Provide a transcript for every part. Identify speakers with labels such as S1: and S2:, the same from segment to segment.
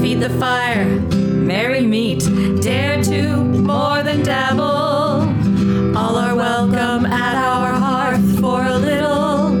S1: feed the fire. Merry meet, dare to more than dabble. All are welcome at our hearth for a little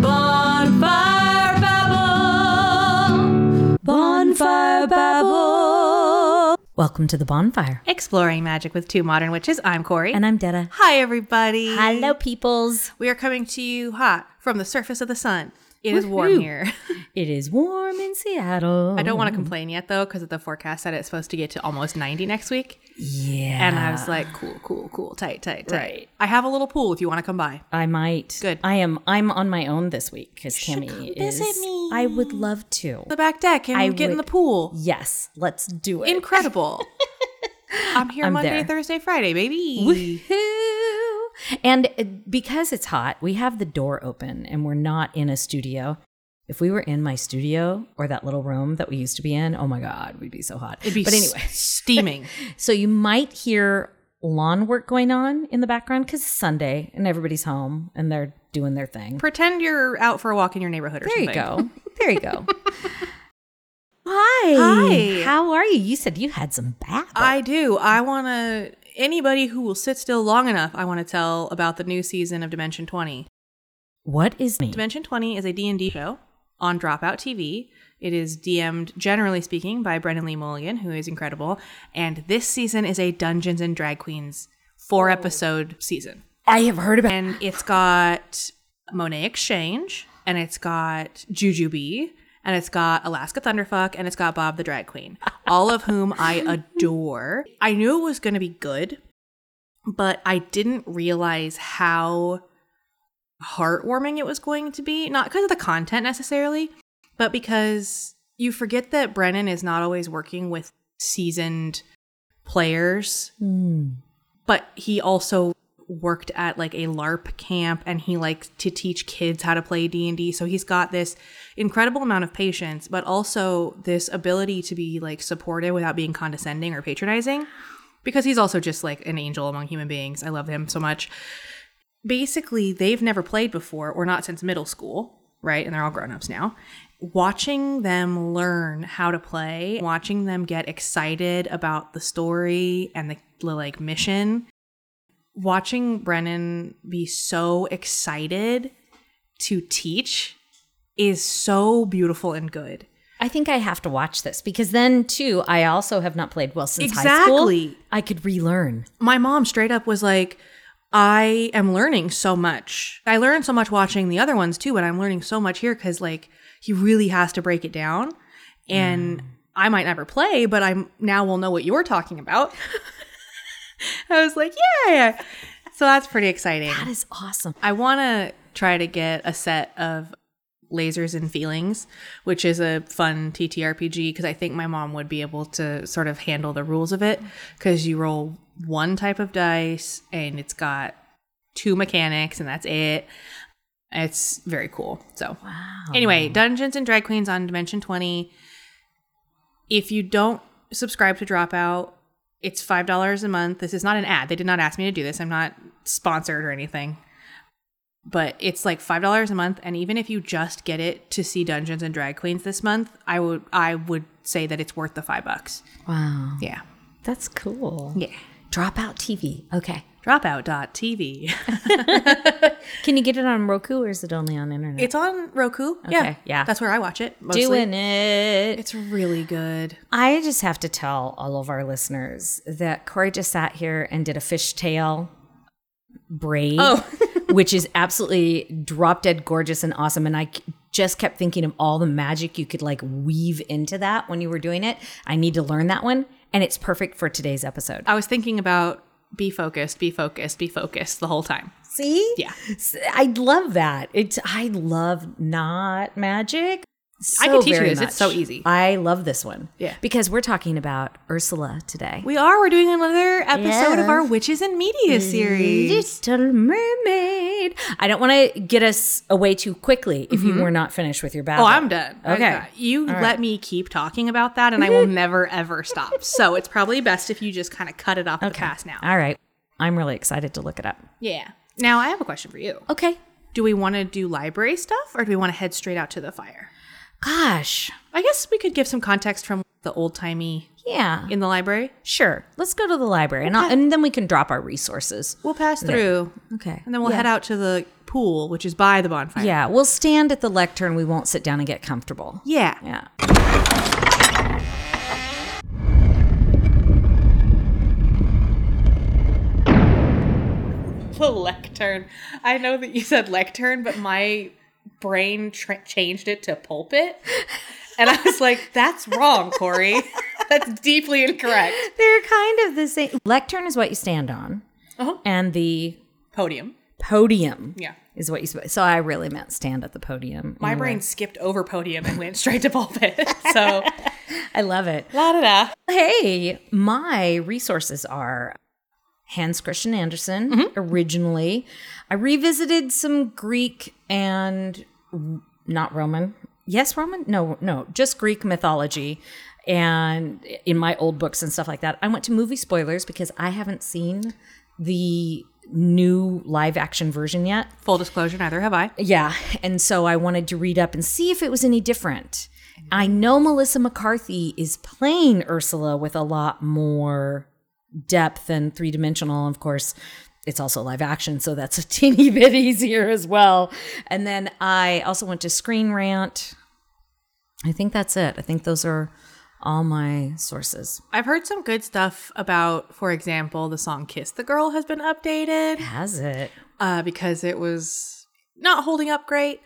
S1: bonfire babble. Bonfire babble. Welcome to the bonfire.
S2: Exploring Magic with Two Modern Witches. I'm Corey.
S1: And I'm Detta.
S2: Hi, everybody.
S3: Hello, peoples.
S2: We are coming to you hot from the surface of the sun. It is warm
S1: Woohoo. Oh.
S2: here.
S1: It is warm in Seattle.
S2: I don't want to complain yet, though, because the forecast said it's supposed to get to almost 90 next week.
S1: Yeah.
S2: And I was like, cool, cool, cool, tight, tight, tight.
S1: Right.
S2: I have a little pool if you want to come by.
S1: I might.
S2: Good.
S1: I am. I'm on my own this week because Tammy is.
S3: visit me.
S1: I would love to.
S2: The back deck and
S1: I
S2: get in the
S1: would-
S2: pool.
S1: Yes, let's do it.
S2: Incredible. I'm here
S1: I'm
S2: Monday,
S1: there.
S2: Thursday, Friday, baby.
S1: Woohoo! And uh, because it's hot, we have the door open and we're not in a studio. If we were in my studio or that little room that we used to be in, oh my god, we'd be so hot.
S2: It'd be
S1: but anyway,
S2: steaming.
S1: so you might hear lawn work going on in the background because it's Sunday and everybody's home and they're doing their thing.
S2: Pretend you're out for a walk in your neighborhood or
S1: There you
S2: something.
S1: go. There you go. Hi.
S2: Hi.
S1: How are you? You said you had some bad.
S2: I do. I want to. Anybody who will sit still long enough, I want to tell about the new season of Dimension 20.
S1: what is me?
S2: Dimension 20 is a D&D show on Dropout TV. It is DM'd, generally speaking, by Brendan Lee Mulligan, who is incredible. And this season is a Dungeons and Drag Queens four episode season.
S1: I have heard about
S2: And it's got Monet Exchange, and it's got Juju B, and it's got Alaska Thunderfuck, and it's got Bob the Drag Queen, all of whom I adore. I knew it was going to be good, but I didn't realize how heartwarming it was going to be. Not because of the content necessarily, but because you forget that Brennan is not always working with seasoned players
S1: Hmm.
S2: but he also worked at like a larp camp and he likes to teach kids how to play d&d so he's got this incredible amount of patience but also this ability to be like supportive without being condescending or patronizing because he's also just like an angel among human beings i love him so much basically they've never played before or not since middle school, right? And they're all grown-ups now. Watching them learn how to play, watching them get excited about the story and the, the like mission, watching Brennan be so excited to teach is so beautiful and good.
S1: I think I have to watch this because then too, I also have not played well since high school.
S2: Exactly.
S1: I could relearn.
S2: my mom straight up was like, I am learning so much. I learned so much watching the other ones too, but I'm learning so much here because like he really has to break it down. And I might never play, but I'm now will know what you're talking about. I was like, yeah. So that's pretty exciting.
S1: That is awesome.
S2: I want to try to get a set of Lasers and Feelings, which is a fun TTRPG because I think my mom would be able to sort of handle the rules of it because you roll one type of dice and it's got two mechanics and that's it. It's very cool. So, anyway, Dungeons and Drag Queens on Dimension 20. If you don't subscribe to Dropout, it's $5 a month. This is not an ad. They did not ask me to do this. I'm not sponsored or anything but it's like five dollars a month and even if you just get it to see dungeons and drag queens this month i would i would say that it's worth the five bucks
S1: Wow.
S2: yeah
S1: That's cool.
S2: yeah
S1: Dropout TV. Okay.
S2: dropout.tv
S1: Can you get it on Roku or is it only on internet?
S2: it's on roku yeah
S1: Okay, yeah.
S2: that's where i watch it mostly.
S1: doing it.
S2: it's really good
S1: I just have to tell all of our listeners that Corey just sat here and did a fishtail braid,
S2: Oh.
S1: which is absolutely drop dead gorgeous and awesome. And I c- just kept thinking of all the magic you could like weave into that when you were doing it. I need to learn that one, and it's perfect for today's episode.
S2: i was thinking about be focused be focused be focused the whole time
S1: See,
S2: yeah
S1: S- I love that. It's I love not magic.
S2: I
S1: so
S2: could teach you
S1: very
S2: this. It's
S1: much.
S2: so easy.
S1: I love this one.
S2: Yeah.
S1: because we're talking about Ursula today.
S2: we are we're doing another episode of
S1: Yes.
S2: our witches and media series
S1: Little Mermaid. I don't want to get us away too quickly if you were not finished with your battle.
S2: Oh, I'm done. I'm
S1: Okay.
S2: done. You let me keep talking about that and I will never ever stop. So it's probably best if you just kind of cut it off the past now.
S1: All right. I'm really excited to look it up.
S2: Yeah. Now I have a question for you.
S1: Okay.
S2: Do we want to do library stuff or do we want to head straight out to the fire?
S1: Gosh.
S2: I guess we could give some context from the old timey
S1: Yeah.
S2: in the library.
S1: Sure. Let's go to the library and, I'll, and then we can drop our resources.
S2: We'll pass through,
S1: Okay.
S2: and then we'll head out to the pool, which is by the bonfire.
S1: Yeah. We'll stand at the lectern. We won't sit down and get comfortable.
S2: Yeah.
S1: Yeah.
S2: The lectern. I know that you said lectern, but my brain tra- changed it to pulpit. And I was like, that's wrong, Corey. That's deeply incorrect.
S1: They're kind of the same. Lectern is what you stand on,
S2: Uh-huh.
S1: and the
S2: Podium.
S1: podium
S2: Yeah.
S1: is what you. sp- So I really meant stand at the podium.
S2: My
S1: Anyway,
S2: brain skipped over podium and went straight to pulpit. So,
S1: I love it.
S2: la da da.
S1: Hey, my resources are Hans Christian Andersen originally. I revisited some Greek and not Roman. Yes, Roman? No, no, just Greek mythology. And in my old books and stuff like that, I went to movie spoilers because I haven't seen the new live action version yet.
S2: Full disclosure, neither have I.
S1: Yeah. And so I wanted to read up and see if it was any different. I know Melissa McCarthy is playing Ursula with a lot more depth and three dimensional. Of course, it's also live action, so that's a teeny bit easier as well. And then I also went to Screen Rant. I think that's it. I think those are all my sources.
S2: I've heard some good stuff about, for example, the song Kiss the Girl has been updated.
S1: Has it?
S2: uh, because it was not holding up great.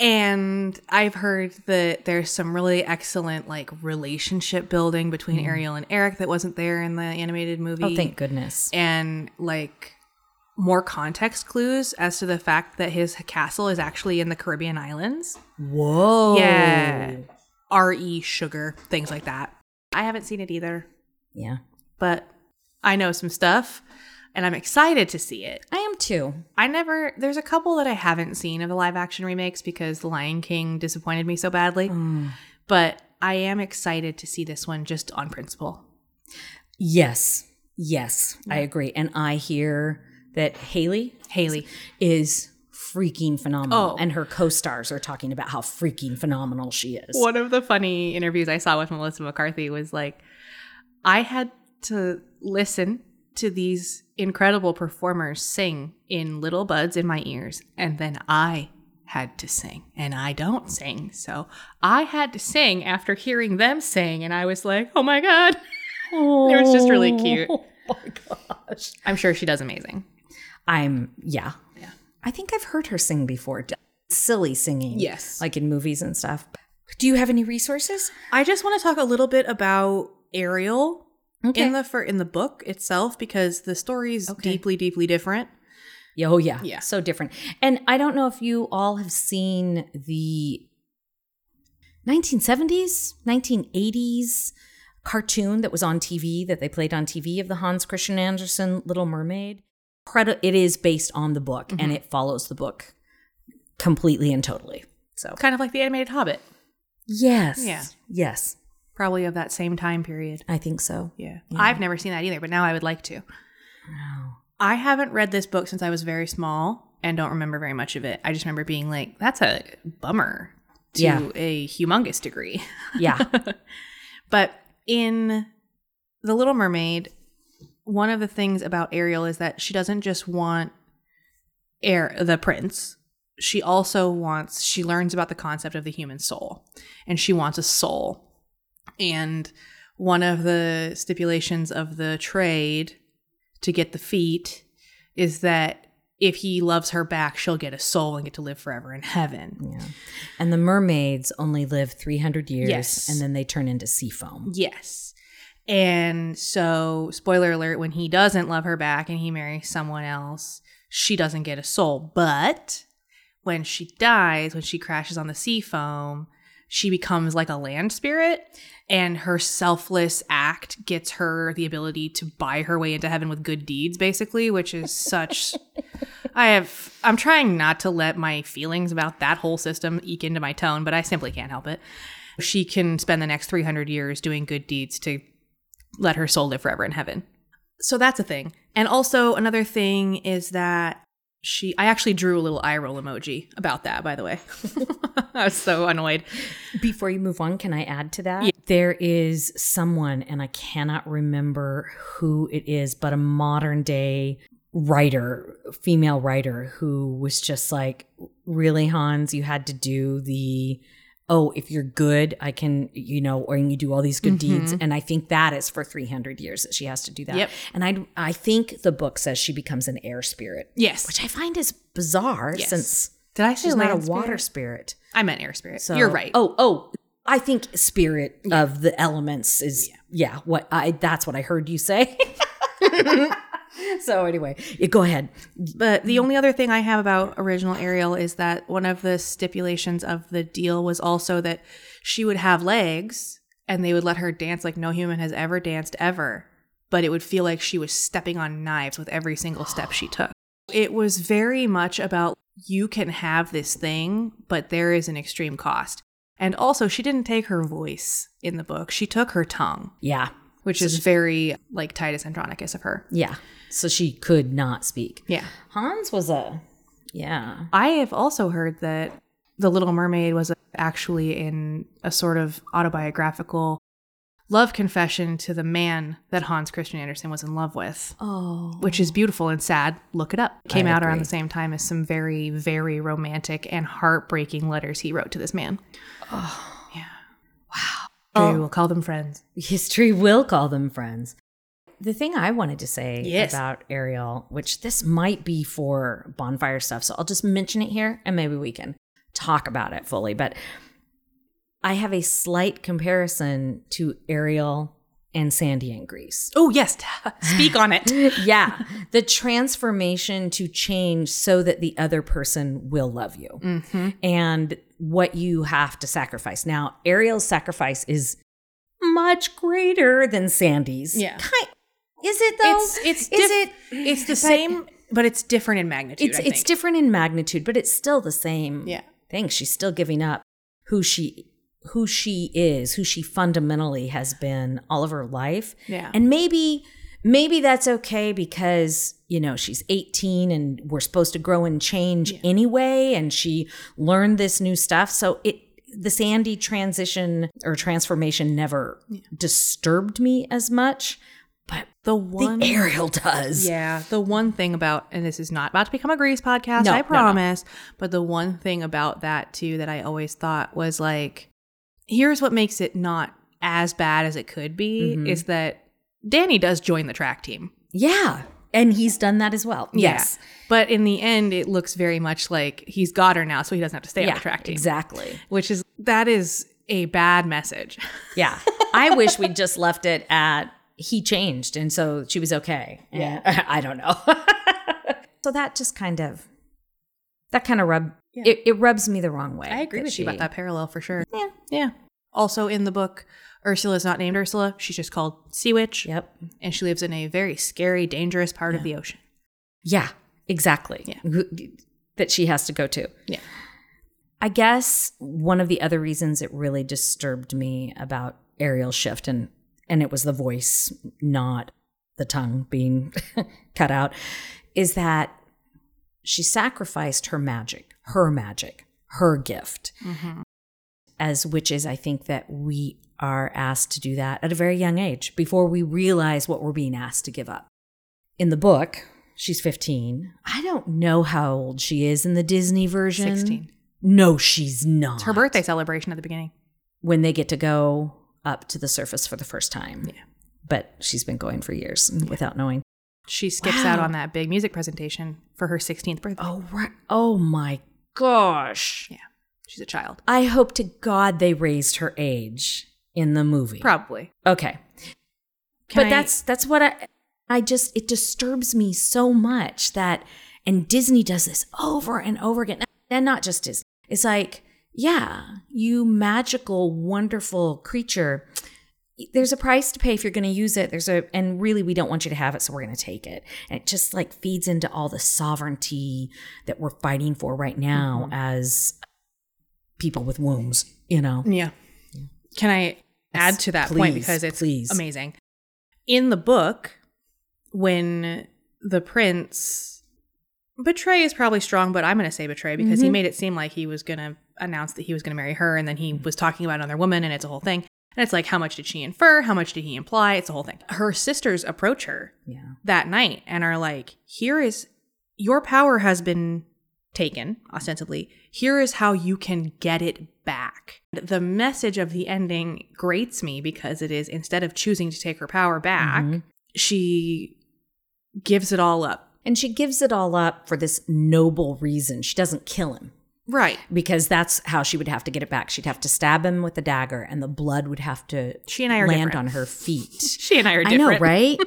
S2: And I've heard that there's some really excellent like relationship building between Ariel and Eric that wasn't there in the animated movie.
S1: Oh, thank goodness.
S2: and like more context clues as to the fact that his castle is actually in the Caribbean islands.
S1: Whoa.
S2: Yeah. RE sugar, things like that. I haven't seen it either,
S1: Yeah.
S2: but I know some stuff and I'm excited to see it.
S1: I am too.
S2: I never. There's a couple that I haven't seen of the live action remakes because The Lion King disappointed me so badly. But I am excited to see this one just on principle.
S1: Yes. Yes, I agree. And I hear that Haley
S2: Haley,
S1: is freaking phenomenal.
S2: Oh.
S1: And her co stars are talking about how freaking phenomenal she is.
S2: one of the funny interviews I saw with Melissa McCarthy was like, I had to listen to these incredible performers sing in little buds in my ears, and then I had to sing, and I don't sing, so I had to sing after hearing them sing, and I was like, oh my god. It was just really cute.
S1: Oh my gosh.
S2: I'm sure she does amazing.
S1: I'm, yeah.
S2: Yeah.
S1: I think I've heard her sing before. d- Silly singing.
S2: Yes.
S1: Like in movies and stuff. Do you have any resources?
S2: I just want to talk a little bit about Ariel
S1: Okay.
S2: in the for in the book itself because the story's
S1: Okay.
S2: deeply, deeply different.
S1: Yeah, Oh yeah.
S2: Yeah.
S1: So different. And I don't know if you all have seen the 1970s, 1980s cartoon that was on TV that they played on TV of the Hans Christian Andersen Little Mermaid. Credi- It is based on the book
S2: Mm-hmm.
S1: and it follows the book completely and totally. So
S2: Kind of like the animated Hobbit,
S1: yes.
S2: Yeah.
S1: Yes.
S2: probably of that same time period.
S1: I think so.
S2: Yeah. I've never seen that either, but now I would like to.
S1: Wow.
S2: I haven't read this book since I was very small and don't remember very much of it. I just remember being like, that's a bummer to
S1: Yeah.
S2: a humongous degree.
S1: Yeah.
S2: But in The Little Mermaid, one of the things about Ariel is that she doesn't just want air the prince. She also wants she learns about the concept of the human soul and she wants a soul. And one of the stipulations of the trade to get the feet is that if he loves her back, she'll get a soul and get to live forever in heaven.
S1: yeah. And the mermaids only live 300 years
S2: Yes.
S1: and then they turn into sea foam.
S2: Yes. And so, spoiler alert, when he doesn't love her back and he marries someone else, she doesn't get a soul. But when she dies, when she crashes on the sea foam, she becomes like a land spirit, and her selfless act gets her the ability to buy her way into heaven with good deeds, basically, which is such. I have. I'm trying not to let my feelings about that whole system eke into my tone, but I simply can't help it. She can spend the next 300 years doing good deeds to let her soul live forever in heaven. So that's a thing. And also, another thing is that she I actually drew a little eye roll emoji about that, by the way. I was so annoyed.
S1: Before you move on, can I add to that? There is someone, and I cannot remember who it is, but a modern day writer, female writer, who was just like, really, Hans, you had to do the, oh, if you're good, I can, you know, or you do all these good deeds. And I think that is for 300 years that she has to do that.
S2: Mm-hmm. Yep.
S1: And I, I think the book says she becomes an air spirit,
S2: Yes.
S1: which I find is bizarre
S2: Yes.
S1: since
S2: Did I
S1: she's
S2: say
S1: not a
S2: land spirit?
S1: water spirit.
S2: I meant air spirit.
S1: So-
S2: You're right.
S1: Oh, oh, I think spirit of the elements is yeah. what I that's what I heard you say. so anyway, yeah, go ahead.
S2: But the only other thing I have about original Ariel is that one of the stipulations of the deal was also that she would have legs and they would let her dance like no human has ever danced ever, but it would feel like she was stepping on knives with every single step she took. It was very much about you can have this thing, but there is an extreme cost. And also, she didn't take her voice in the book, she took her tongue,
S1: Yeah.
S2: which is very like Titus Andronicus of her.
S1: Yeah. So she could not speak.
S2: Yeah.
S1: Hans was a yeah.
S2: I have also heard that The Little Mermaid was actually in a sort of autobiographical love confession to the man that Hans Christian Andersen was in love with,
S1: Oh.
S2: which is beautiful and sad. Look it up. Came
S1: I
S2: out around
S1: agree.
S2: the same time as some very, very romantic and heartbreaking letters he wrote to this man. Oh, yeah. Wow.
S1: Well-
S2: we'll call them friends.
S1: History will call them friends. The thing I wanted to say
S2: Yes.
S1: about Ariel, which this might be for bonfire stuff, so I'll just mention it here and maybe we can talk about it fully. But I have a slight comparison to Ariel and Sandy in Greece.
S2: Oh, yes. Speak on it.
S1: yeah, the transformation to change so that the other person will love you
S2: Mm-hmm.
S1: and what you have to sacrifice. Now, Ariel's sacrifice is much greater than Sandy's.
S2: Yeah.
S1: Ki- is it though?
S2: It's, it's,
S1: is
S2: diff- it's the same, but it's different in magnitude.
S1: it's
S2: I
S1: it's
S2: think.
S1: different in magnitude, but it's still the same
S2: Yeah.
S1: thing. She's still giving up who she who she is, who she fundamentally has been all of her life.
S2: Yeah.
S1: And maybe maybe that's okay because, you know, she's 18 and we're supposed to grow and change anyway and she learned this new stuff. So it the Sandy transition or transformation never disturbed me as much, but
S2: the one
S1: the Ariel does.
S2: Yeah, the one thing about, and this is not about to become a Grease podcast,
S1: No, no,
S2: I
S1: no.
S2: promise, but the one thing about that too that I always thought was like, here's what makes it not as bad as it could be
S1: Mhm.
S2: is that Danny does join the track team.
S1: Yeah. And he's done that as well.
S2: Yeah.
S1: Yes.
S2: But in the end, it looks very much like he's got her now, so he doesn't have to stay on the track team.
S1: Exactly.
S2: Which is, that is a bad message.
S1: Yeah. I wish we'd just left it at he changed and so she was okay. And I don't know. so that just kind of that kind of rub
S2: Yeah.
S1: it, it rubs me the wrong way.
S2: I agree with you about
S1: she-
S2: that parallel for sure.
S1: Yeah.
S2: Yeah. Also in the book, Ursula's not named Ursula. She's just called Sea Witch.
S1: Yep.
S2: and she lives in a very scary, dangerous part of the ocean.
S1: Yeah, exactly. That she has to go to.
S2: Yeah.
S1: I guess one of the other reasons it really disturbed me about Ariel's shift and and it was the voice, not the tongue being cut out, is that she sacrificed her magic, her magic, her gift. As witches, I think that we are asked to do that at a very young age before we realize what we're being asked to give up in the book, she's 15. I don't know how old she is in the Disney version.
S2: 16.
S1: No, she's not.
S2: It's her birthday celebration at the beginning.
S1: When they get to go up to the surface for the first time.
S2: Yeah.
S1: But she's been going for years without knowing.
S2: She skips
S1: Wow.
S2: out on that big music presentation for her 16th birthday.
S1: Oh, right. Oh my gosh.
S2: Yeah. She's a child.
S1: I hope to God they raised her age in the movie.
S2: Probably.
S1: Okay.
S2: Can
S1: but
S2: I-
S1: that's that's what I I just it disturbs me so much that and Disney does this over and over again. And not just Disney. It's like, yeah, you magical, wonderful creature. There's a price to pay if you're going to use it. There's a and really we don't want you to have it, so we're going to take it. And it just like feeds into all the sovereignty that we're fighting for right now
S2: Mm-hmm.
S1: as people with wombs, you know.
S2: Yeah. Can I add to that
S1: please,
S2: point because it's
S1: please.
S2: amazing. In the book, when the prince Betray is probably strong, but I'm going to say betray because
S1: Mm-hmm.
S2: he made it seem like he was going to announce that he was going to marry her and then he
S1: Mm-hmm.
S2: was talking about another woman and it's a whole thing. And it's like, how much did she infer? How much did he imply? It's a whole thing. Her sisters approach her
S1: Yeah.
S2: that night and are like, here is your power has been taken, ostensibly. Here is how you can get it back. The message of the ending grates me because it is instead of choosing to take her power back,
S1: Mhm.
S2: she gives it all up.
S1: And she gives it all up for this noble reason. She doesn't kill him
S2: Right.
S1: because that's how she would have to get it back. She'd have to stab him with a dagger and the blood would have to
S2: She and I are
S1: land
S2: different.
S1: on her feet.
S2: She and I are
S1: I
S2: different.
S1: know, right?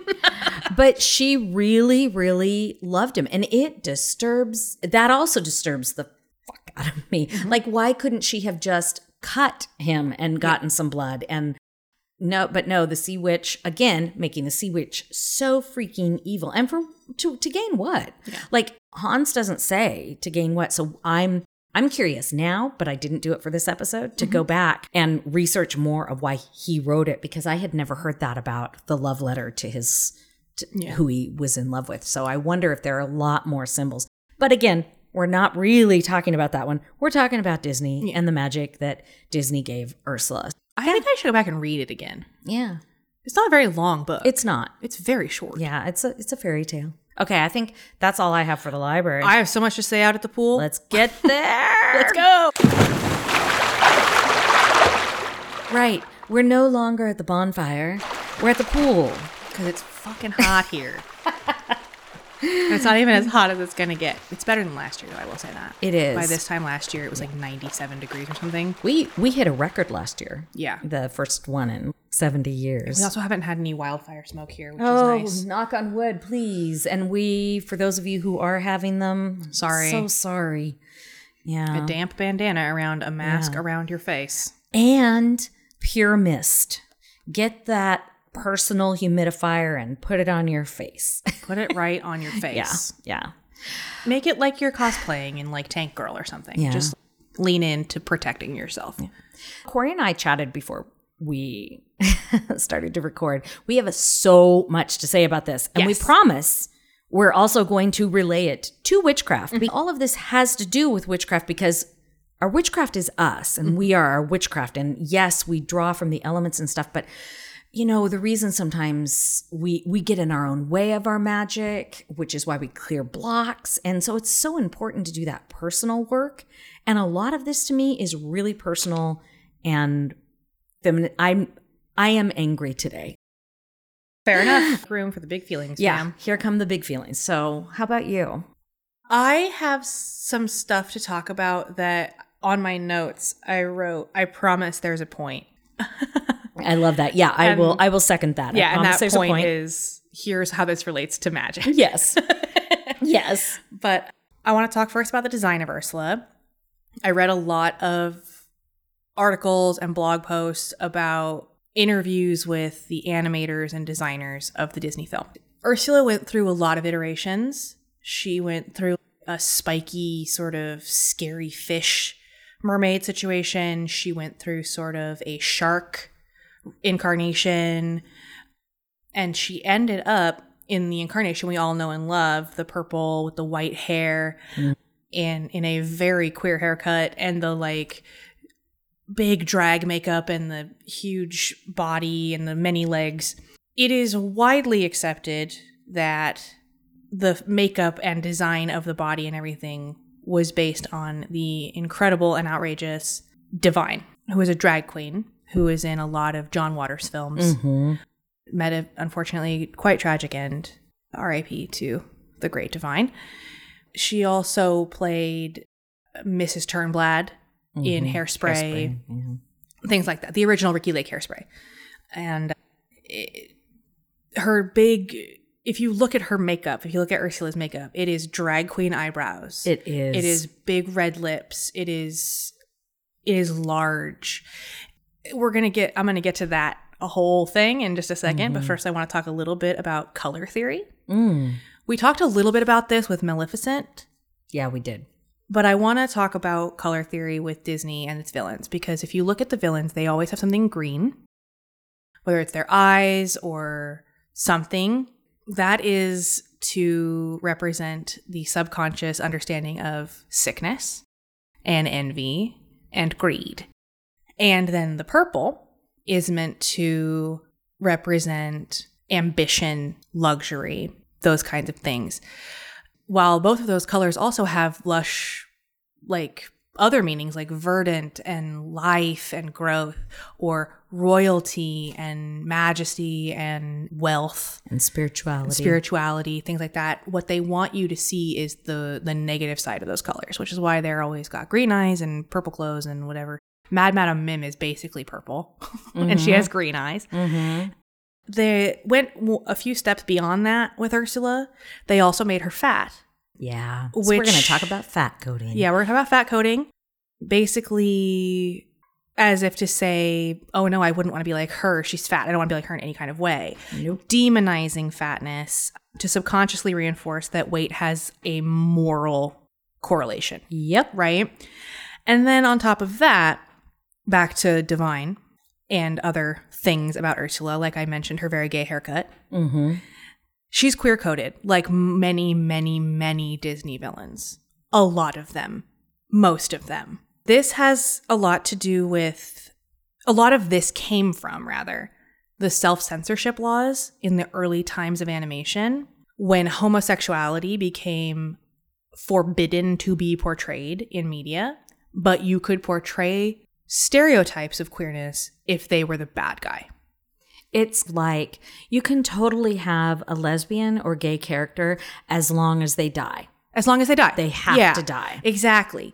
S1: but she really, really loved him. And it disturbs, that also disturbs the fuck out of me.
S2: Mm-hmm.
S1: Like, why couldn't she have just cut him and gotten some blood? And no, but no, the sea witch, again, making the sea witch so freaking evil. And for, to, to gain what? Like, Hans doesn't say to gain what. So I'm, I'm curious now, but I didn't do it for this episode to go back and research more of why he wrote it because I had never heard that about the love letter to his to
S2: Yeah.
S1: who he was in love with. So I wonder if there are a lot more symbols. But again, we're not really talking about that one. We're talking about Disney and the magic that Disney gave Ursula.
S2: I think I should go back and read it again.
S1: Yeah.
S2: It's not a very long book.
S1: It's not.
S2: it's very short.
S1: Yeah, it's a it's a fairy tale. Okay, I think that's all I have for the library.
S2: I have so much to say out at the pool.
S1: Let's get there.
S2: Let's go.
S1: Right. We're no longer at the bonfire. We're at the pool.
S2: Because it's fucking hot here. And it's not even as hot as it's going to get. It's better than last year, though, I will say that.
S1: It is.
S2: By this time last year, it was like 97 degrees or something.
S1: We we hit a record last year.
S2: Yeah.
S1: The first one in 70 years.
S2: We also haven't had any wildfire smoke here, which
S1: Oh,
S2: is nice.
S1: knock on wood, please. And we, for those of you who are having them,
S2: Sorry.
S1: so sorry. Yeah,
S2: A damp bandana around a mask around your face.
S1: and pure mist. Get that personal humidifier and put it on your face.
S2: Put it right on your face.
S1: yeah,
S2: Make it like you're cosplaying in like Tank Girl or something.
S1: Yeah.
S2: Just lean into protecting yourself.
S1: Corey and I chatted before we started to record. We have so much to say about this, and
S2: Yes.
S1: we promise we're also going to relay it to witchcraft. All of this has to do with witchcraft because our witchcraft is us, and we are our witchcraft. And yes, we draw from the elements and stuff, but you know the reason sometimes we we get in our own way of our magic which is why we clear blocks and so it's so important to do that personal work and a lot of this to me is really personal and feminine i'm i am angry today
S2: Fair enough. Room for the big feelings.
S1: yeah
S2: ma'am.
S1: here come the big feelings so how about you
S2: I have some stuff to talk about that on my notes I wrote, I promise there's a point.
S1: i love that yeah i
S2: And-
S1: will i will second Um, that I
S2: Yeah, and
S1: promise
S2: that
S1: there's
S2: point,
S1: a
S2: is here's how this relates to magic.
S1: yes yes
S2: But I want to talk first about the design of Ursula. I read a lot of articles and blog posts about interviews with the animators and designers of the Disney film. Ursula went through a lot of iterations. She went through a spiky, sort of scary fish mermaid situation. She went through sort of a shark incarnation. And she ended up in the incarnation we all know and love the purple with the white hair and in a very queer haircut and the like big drag makeup and the huge body and the many legs. It is widely accepted that the makeup and design of the body and everything was based on the incredible and outrageous Divine, who is a drag queen who is in a lot of John Waters films.
S1: Mhm.
S2: Met a unfortunately quite tragic end. R.I.P. to the great Divine. She also played Mrs. Turnblad in
S1: Mhm.
S2: Hairspray,
S1: Hairspray,
S2: things like that. The original Ricky Lake Hairspray, and it, her big. If you look at her makeup, if you look at Ursula's makeup, it is drag queen eyebrows.
S1: yeah. it is
S2: It is big red lips. It is it is large. We're gonna get I'm gonna get to that a whole thing in just a 2nd but first I want to talk a little bit about color theory.
S1: Mm.
S2: We talked a little bit about this with Maleficent,
S1: yeah we did
S2: but I want to talk about color theory with Disney and its villains because if you look at the villains, they always have something green, whether it's their eyes or something. That is to represent the subconscious understanding of sickness and envy and greed. And then the purple is meant to represent ambition, luxury, those kinds of things. While both of those colors also have lush, like other meanings like verdant and life and growth, or royalty and majesty and wealth,
S1: and spirituality.
S2: spirituality, things like that. What they want you to see is the the negative side of those colors, which is why they're always got green eyes and purple clothes and whatever. Mad Madam Mim is basically purple, and she has green eyes. Mm-hmm.
S1: Mhm.
S2: They went w- a few steps beyond that with Ursula. They also made her fat.
S1: Yeah. So we're
S2: Which-
S1: going to talk about fat coding.
S2: Yeah, we're gonna talk about fat coding. Basically, as if to say, oh no, I wouldn't want to be like her. She's fat. I don't want to be like her in any kind of way.
S1: Nope.
S2: Demonizing fatness to subconsciously reinforce that weight has a moral correlation,
S1: Yep.
S2: right? And then on top of that, back to Divine and other things about Ursula, like I mentioned, her very gay haircut.
S1: Mm-hmm.
S2: She's queer coded, like many, many, many Disney villains. A lot of them. Most of them. This has a lot to do with, a lot of this came from, rather, the self censorship laws in the early times of animation when homosexuality became forbidden to be portrayed in media, but you could portray stereotypes of queerness if they were the bad guy.
S1: It's like you can totally have a lesbian or gay character as long as they die.
S2: As long as they die.
S1: They have
S2: Yeah.
S1: to die.
S2: Exactly.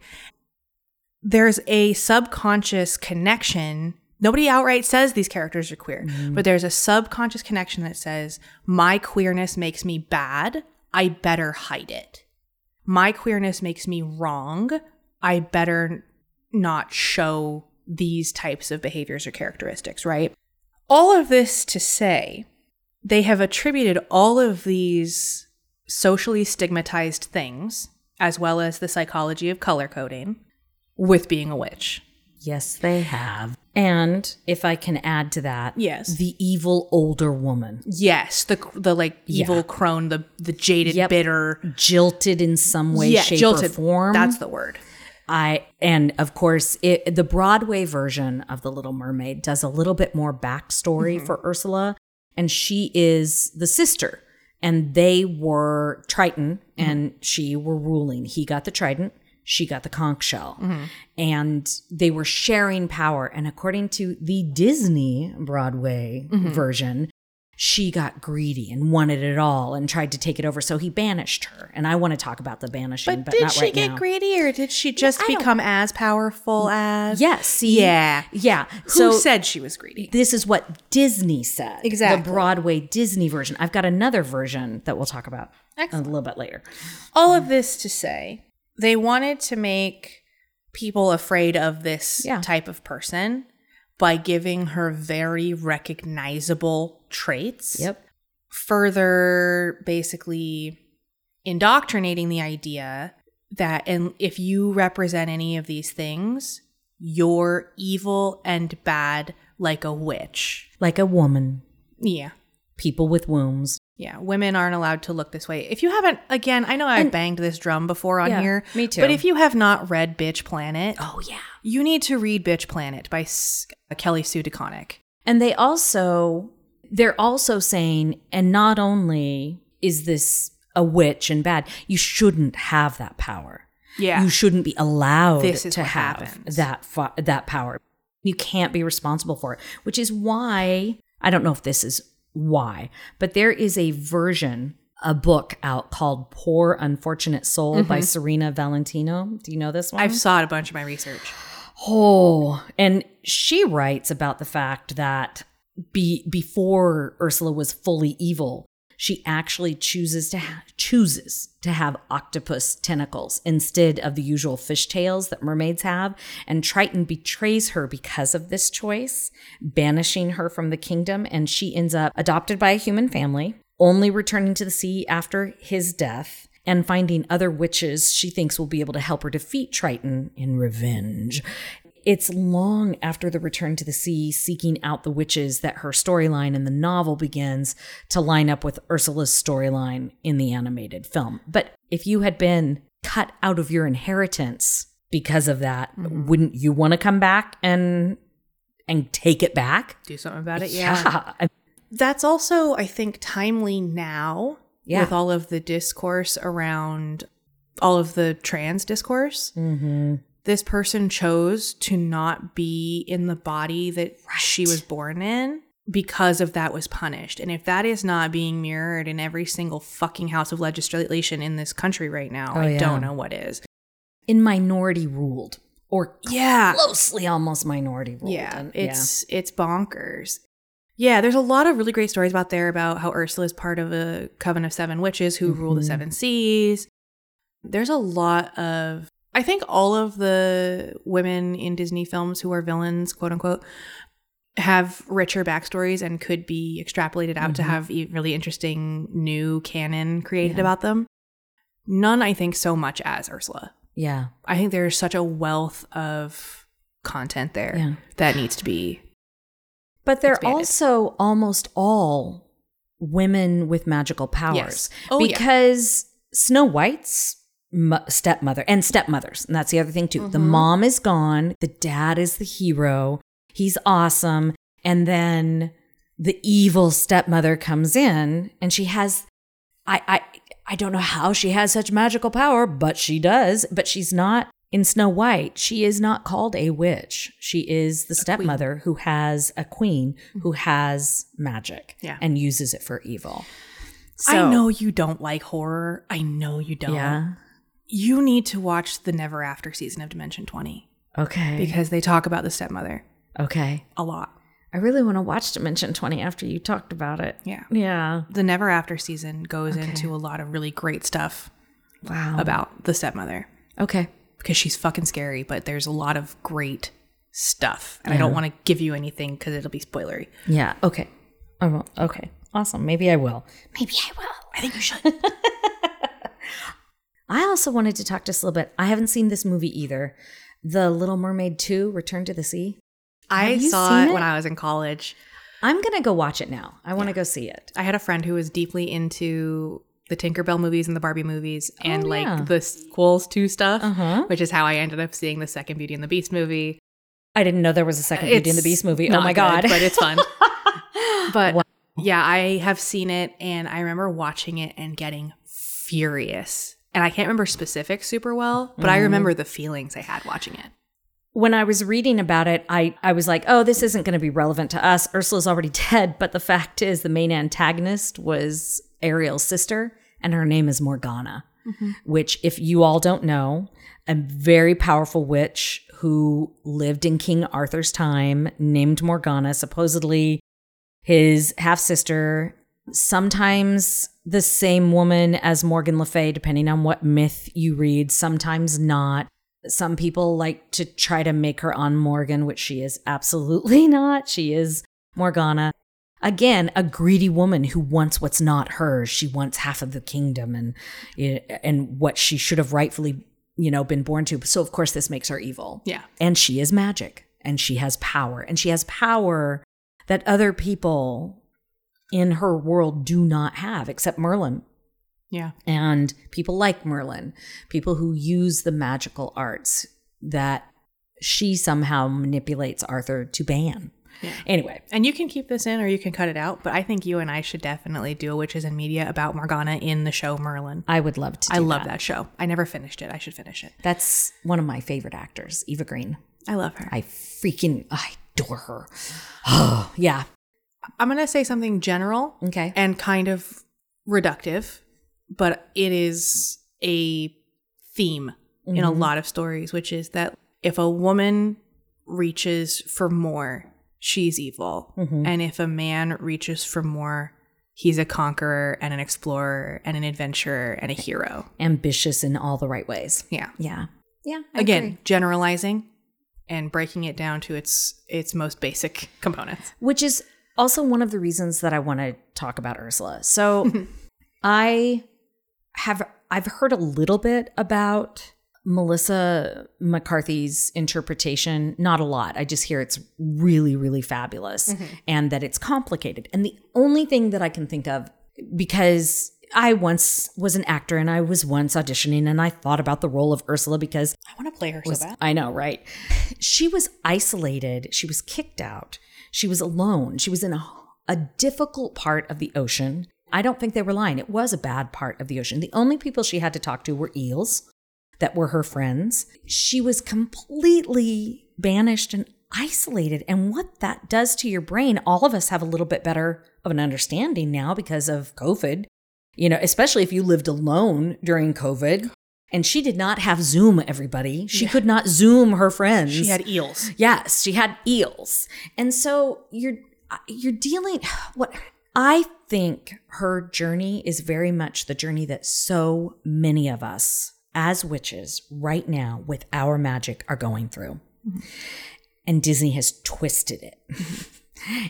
S2: There's a subconscious connection. Nobody outright says these characters are queer,
S1: Mm-hmm.
S2: but there's a subconscious connection that says, my queerness makes me bad. I better hide it. My queerness makes me wrong. I better not show these types of behaviors or characteristics, right? All of this to say, they have attributed all of these socially stigmatized things, as well as the psychology of color coding, with being a witch.
S1: Yes, they have. And if I can add to that,
S2: Yes.
S1: the evil older woman,
S2: Yes, the the like evil crone, the the jaded,
S1: Yep.
S2: bitter,
S1: jilted in some way,
S2: yeah,
S1: shape,
S2: jilted
S1: or form.
S2: That's the word.
S1: I and of course it, the Broadway version of the Little Mermaid does a little bit more backstory for Ursula, and she is the sister, and they were Triton and she were ruling. He got the trident, she got the conch shell, and they were sharing power. And according to the Disney Broadway version, she got greedy and wanted it all and tried to take it over. So he banished her, and I want to talk about the banishing, but, not right now.
S2: greedy, or did she just
S1: I don't-
S2: as powerful as?
S1: Yes. See?
S2: Yeah.
S1: Yeah.
S2: Who
S1: so
S2: said she was greedy?
S1: this is what Disney said.
S2: Exactly.
S1: The Broadway Disney version. I've got another version that we'll talk about a little bit later.
S2: All of this to say, they wanted to make people afraid of this
S1: Yeah.
S2: type of person by giving her very recognizable traits. Further, basically indoctrinating the idea that and if you represent any of these things, you're evil and bad like a witch.
S1: Like a woman,
S2: Yeah.
S1: people with wombs.
S2: Yeah, women aren't allowed to look this way. If you haven't, again, I know I've banged this drum before on
S1: Yeah,
S2: here.
S1: me too.
S2: But if you have not read Bitch Planet,
S1: Oh, yeah.
S2: you need to read Bitch Planet by S- uh, Kelly Sue DeConnick.
S1: And they also, they're also saying, and not only is this a witch and bad, you shouldn't have that power.
S2: Yeah.
S1: you shouldn't be allowed
S2: This is
S1: to
S2: what
S1: have
S2: happens.
S1: that fa- that power. You can't be responsible for it, which is why I don't know if this is why, but there is a version a book out called Poor Unfortunate Soul by Serena Valentino. Do you know this one?
S2: Mm-hmm. I've saw it a bunch of my research.
S1: Oh, and she writes about the fact that be, before Ursula was fully evil, she actually chooses to ha- chooses to have octopus tentacles instead of the usual fish tails that mermaids have, and Triton betrays her because of this choice, banishing her from the kingdom, and she ends up adopted by a human family, only returning to the sea after his death and finding other witches she thinks will be able to help her defeat Triton in revenge. It's long after the return to the sea, seeking out the witches, that her storyline in the novel begins to line up with Ursula's storyline in the animated film. But if you had been cut out of your inheritance because of that, wouldn't you want to come back and and take it back?
S2: Do something about it.
S1: yeah.
S2: That's also, I think, timely now
S1: Yeah.
S2: with all of the discourse around all of the trans discourse.
S1: Mm-hmm.
S2: This person chose to not be in the body that she was born in because of that was punished. And if that is not being mirrored in every single fucking house of legislation in this country right now,
S1: Oh,
S2: I
S1: yeah.
S2: don't know what is.
S1: In minority ruled or
S2: Yeah.
S1: closely almost minority ruled.
S2: Yeah,
S1: And-
S2: it's it's bonkers. Yeah, there's a lot of really great stories out there about how Ursula is part of a coven of seven witches who rule the
S1: Mhm.
S2: seven seas. There's a lot of I think all of the women in Disney films who are villains, quote unquote, have richer backstories and could be extrapolated out to
S1: Mhm.
S2: have e- really interesting new canon created
S1: Yeah.
S2: about them. None, I think, so much as Ursula.
S1: yeah.
S2: I think there's such a wealth of content there
S1: Yeah.
S2: that needs to be
S1: But they're
S2: expanded.
S1: also almost all women with magical powers.
S2: Yes. Oh, yeah.
S1: because Snow White's mu- stepmother and stepmothers, and that's the other thing too. The
S2: Mhm.
S1: mom is gone, the dad is the hero. He's awesome. And then the evil stepmother comes in and she has I I I don't know how she has such magical power, but she does. But she's not in Snow White. She is not called a witch. She is the stepmother who has a queen who has magic
S2: Mm-hmm. Yeah.
S1: and uses it for evil.
S2: I know you don't like horror. I know you don't.
S1: Yeah.
S2: You need to watch the Never After season of Dimension 20
S1: Okay.
S2: because they talk about the stepmother
S1: okay.
S2: a lot.
S1: I really want to watch Dimension 20 after you talked about it.
S2: Yeah.
S1: Yeah.
S2: The Never After season goes
S1: Okay.
S2: into a lot of really great stuff
S1: Wow.
S2: about the stepmother
S1: Okay.
S2: because she's fucking scary, but there's a lot of great stuff. And I don't want to give you anything because it'll be spoilery.
S1: Yeah. Okay. I will. Okay. Awesome. Maybe I will. Maybe I will.
S2: I think you should.
S1: I also wanted to talk just a little bit. I haven't seen this movie either. The Little Mermaid 2 Return to the Sea.
S2: I
S1: Have you
S2: saw
S1: seen
S2: it
S1: it?
S2: when I was in college.
S1: I'm going to go watch it now. I want to go see it.
S2: I had a friend who was deeply into the Tinkerbell movies and the Barbie movies and
S1: Oh, yeah.
S2: like the sequels to stuff,
S1: Uh-huh.
S2: which is how I ended up seeing the second Beauty and the Beast movie.
S1: I didn't know there was a second Beauty and the
S2: It's
S1: Beast movie. Oh
S2: not
S1: my
S2: good,
S1: God.
S2: but it's fun. but yeah, I have seen it and I remember watching it and getting furious. And I can't remember specifics super well, but
S1: Mm-hmm.
S2: I remember the feelings I had watching it.
S1: when I was reading about it, I, I was like, oh, this isn't going to be relevant to us. Ursula's already dead. But the fact is, the main antagonist was Ariel's sister, and her name is Morgana, which, if you all don't know, a very powerful witch who lived in King Arthur's time, named Morgana, supposedly his half sister, sometimes the same woman as Morgan Le Fay, depending on what myth you read, sometimes not. Some people like to try to make her on Morgan, which she is absolutely not. She is Morgana. Again, a greedy woman who wants what's not hers. She wants half of the kingdom and and what she should have rightfully, you know, been born to. So of course this makes her evil
S2: Yeah.
S1: and she is magic and she has power and she has power that other people in her world do not have except merlin
S2: Yeah.
S1: and people like merlin people who use the magical arts that she somehow manipulates arthur to ban
S2: Yeah.
S1: anyway
S2: And you can keep this in or you can cut it out, but I think you and I should definitely do a witches in media about Morgana in the show Merlin.
S1: i would love to do
S2: I love that. show. I never finished it. I should finish it.
S1: that's one of my favorite actors eva green
S2: I love her. I,
S1: i freaking i adore her yeah
S2: am going to say something general
S1: okay
S2: and kind of reductive, but it is a theme in a
S1: Mhm.
S2: lot of stories, which is that if a woman reaches for more, she's evil.
S1: Mhm.
S2: And if a man reaches for more, he's a conqueror and an explorer and an adventurer and a hero.
S1: ambitious in all the right ways
S2: Yeah.
S1: yeah yeah I
S2: Again,
S1: agree.
S2: generalizing and breaking it down to its its most basic components.
S1: which is also one of the reasons that I want to talk about Ursula. So I have I've heard a little bit about Melissa McCarthy's interpretation, not a lot. I just hear it's really, really fabulous and that it's complicated. And the only thing that I can think of, because I once was an actor and I was once auditioning and I thought about the role of Ursula because
S2: I want to play her so bad.
S1: I know, right? She was isolated. She was kicked out. She was alone. She was in a, a difficult part of the ocean. I don't think they were lying. It was a bad part of the ocean. The only people she had to talk to were eels that were her friends. She was completely banished and isolated. And what that does to your brain, all of us have a little bit better of an understanding now because of COVID, you know, especially if you lived alone during COVID. And she did not have Zoom, everybody. She could not Zoom her friends.
S2: She had eels.
S1: Yes, she had eels. And so you're you're dealing what I think her journey is very much the journey that so many of us as witches right now with our magic are going through. And Disney has twisted it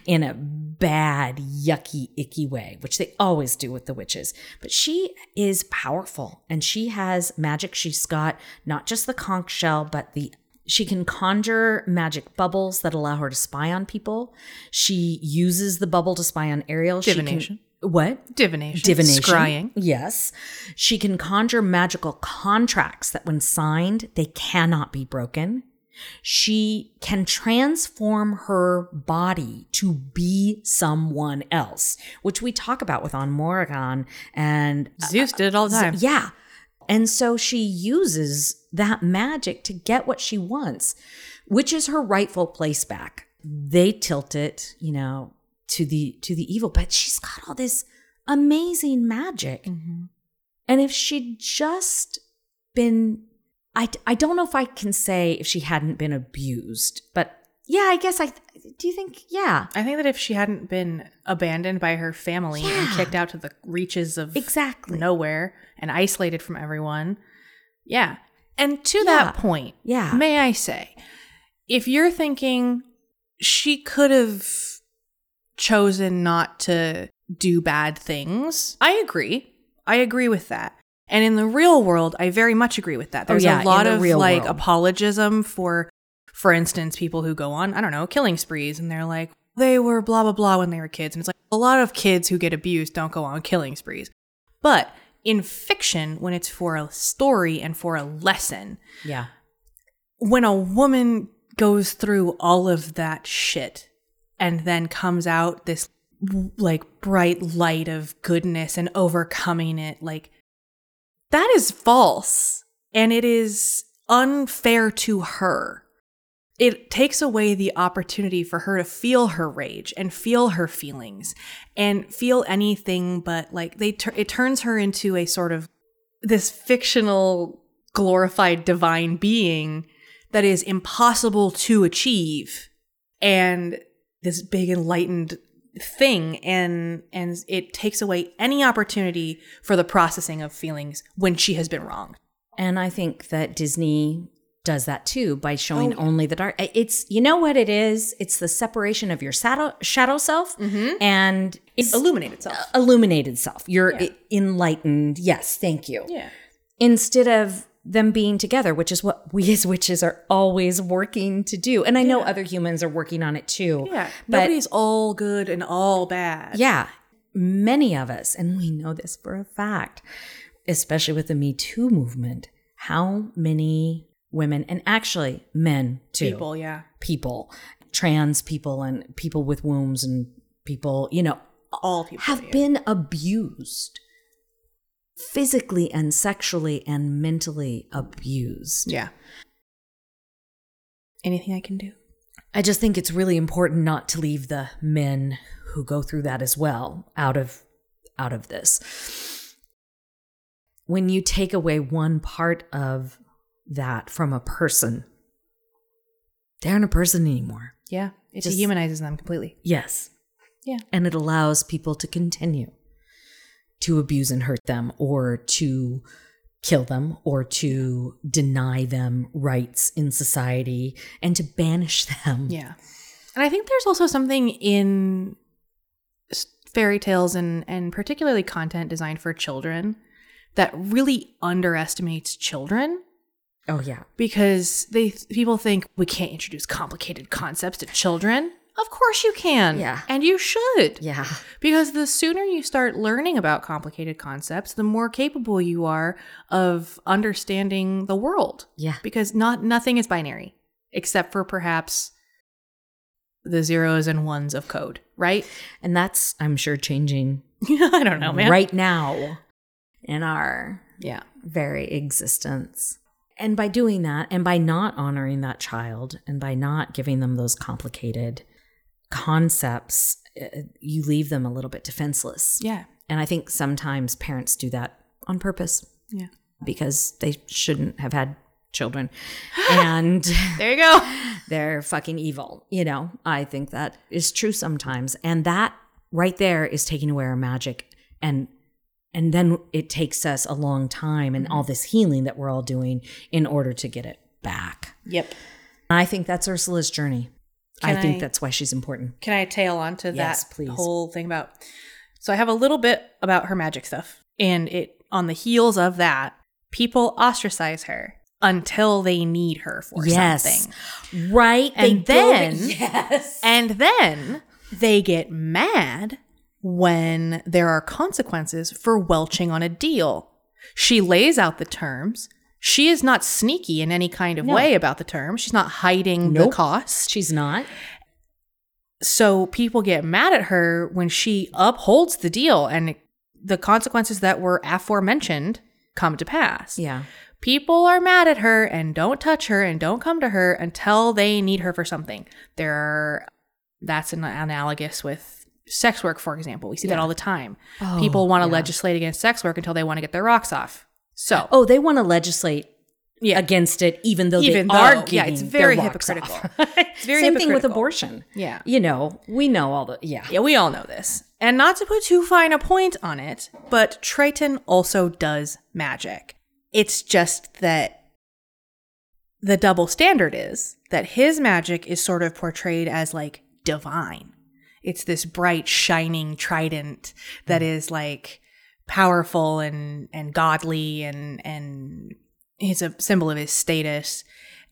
S1: in a bad, yucky, icky way, which they always do with the witches. But she is powerful and she has magic. She's got not just the conch shell, but the she can conjure magic bubbles that allow her to spy on people. She uses the bubble to spy on Ariel. She can-
S2: Divination.
S1: what?
S2: Divination.
S1: divination.
S2: Scrying.
S1: Yes. She can conjure magical contracts that, when signed, they cannot be broken. She can transform her body to be someone else, which we talk about with On Morrigan. And
S2: Zeus did it all the time.
S1: yeah. And so she uses that magic to get what she wants, which is her rightful place back. They tilt it, you know, to the to the evil, but she's got all this amazing magic.
S2: Mm-hmm.
S1: And if she'd just been I I don't know if I can say if she hadn't been abused, but yeah, I guess I do you think yeah.
S2: I think that if she hadn't been abandoned by her family and
S1: Yeah.
S2: kicked out to the reaches of
S1: Exactly.
S2: nowhere and isolated from everyone, yeah. And to
S1: Yeah.
S2: that point,
S1: Yeah.
S2: may I say, if you're thinking she could have chosen not to do bad things, I agree. I agree with that. And in the real world, I very much agree with that.
S1: Oh,
S2: There's
S1: yeah,
S2: a
S1: in
S2: lot
S1: the
S2: of
S1: real
S2: like
S1: world.
S2: apologism for for instance, people who go on, I don't know, killing sprees and they're like, they were blah, blah, blah when they were kids. And it's like a lot of kids who get abused don't go on killing sprees. But in fiction, when it's for a story and for a lesson,
S1: Yeah.
S2: when a woman goes through all of that shit and then comes out this like bright light of goodness and overcoming it, like that is false and it is unfair to her. It takes away the opportunity for her to feel her rage and feel her feelings and feel anything but like they tur- it turns her into a sort of this fictional glorified divine being that is impossible to achieve and this big enlightened thing and and it takes away any opportunity for the processing of feelings when she has been wronged.
S1: And I think that Disney does that too by showing
S2: Oh.
S1: only the dark. eh, It's you know what it is. It's the separation of your shadow, shadow self
S2: Mm-hmm.
S1: and
S2: It illuminate itself.
S1: illuminated self. You're e, enlightened. Yes, thank you.
S2: Yeah.
S1: Instead of them being together, which is what we as witches are always working to do. And I know other humans are working on it too.
S2: Yeah.
S1: but
S2: Nobody's all good and all bad.
S1: yeah, many of us, and we know this for a fact, especially with the Me Too movement, how many women and actually men too,
S2: People, yeah.
S1: people, trans people, and people with wombs and people, you know,
S2: All people.
S1: have
S2: yeah.
S1: been abused physically and sexually and mentally abused.
S2: Yeah. Anything I can do?
S1: I just think it's really important not to leave the men who go through that as well out of out of this. When you take away one part of that from a person, they aren't a person anymore.
S2: Yeah. It
S1: Just-
S2: dehumanizes them completely.
S1: Yes.
S2: Yeah.
S1: And it allows people to continue to abuse and hurt them or to kill them or to deny them rights in society and to banish them.
S2: Yeah. And I think there's also something in s- fairy tales and and particularly content designed for children that really underestimates children
S1: Oh yeah.
S2: because they people think we can't introduce complicated concepts to children. Of course you can.
S1: Yeah.
S2: And you should.
S1: Yeah.
S2: Because the sooner you start learning about complicated concepts, the more capable you are of understanding the world.
S1: Yeah.
S2: Because not nothing is binary except for perhaps the zeros and ones of code, right?
S1: And that's I'm sure changing
S2: I don't know, Oh, man.
S1: right now in our
S2: Yeah.
S1: very existence. And by doing that, and by not honoring that child, and by not giving them those complicated concepts, uh, you leave them a little bit defenseless.
S2: Yeah.
S1: And I think sometimes parents do that on purpose
S2: Yeah.
S1: because they shouldn't have had children. and
S2: There you go.
S1: they're fucking evil. You know, I think that is true sometimes. And that right there is taking away our magic and and then it takes us a long time and
S2: Mm-hmm.
S1: all this healing that we're all doing in order to get it back.
S2: Yep.
S1: I think that's Ursula's journey.
S2: Can
S1: I think
S2: I-
S1: that's why she's important.
S2: Can I tail on to
S1: Yes,
S2: that
S1: please.
S2: whole thing about? So I have a little bit about her magic stuff, and it on the heels of that, people ostracize her until they need her for
S1: Yes.
S2: something,
S1: Right? They go-
S2: And then-
S1: yes.
S2: and then they get mad when there are consequences for welching on a deal. She lays out the terms. She is not sneaky in any kind of way about the terms. She's not hiding
S1: Nope.
S2: the cost.
S1: She's not.
S2: so people get mad at her when she upholds the deal and the consequences that were aforementioned come to pass.
S1: Yeah.
S2: People are mad at her and don't touch her and don't come to her until they need her for something. There are that's an analogous with sex work, for example. We see that all the time.
S1: Oh,
S2: people want to
S1: yeah.
S2: legislate against sex work until they want to get their rocks off. So
S1: Oh, they want to legislate
S2: Yeah.
S1: against it, even though
S2: even
S1: they
S2: though,
S1: are
S2: yeah,
S1: giving
S2: it's
S1: their
S2: very
S1: rocks off.
S2: hypocritical. it's very
S1: Same thing with
S2: hypocritical.
S1: abortion.
S2: Yeah.
S1: You know, we know all the yeah.
S2: Yeah, we all know this. And not to put too fine a point on it, but Triton also does magic. It's just that the double standard is that his magic is sort of portrayed as like divine. It's this bright, shining trident that is like powerful and and godly and and he's a symbol of his status.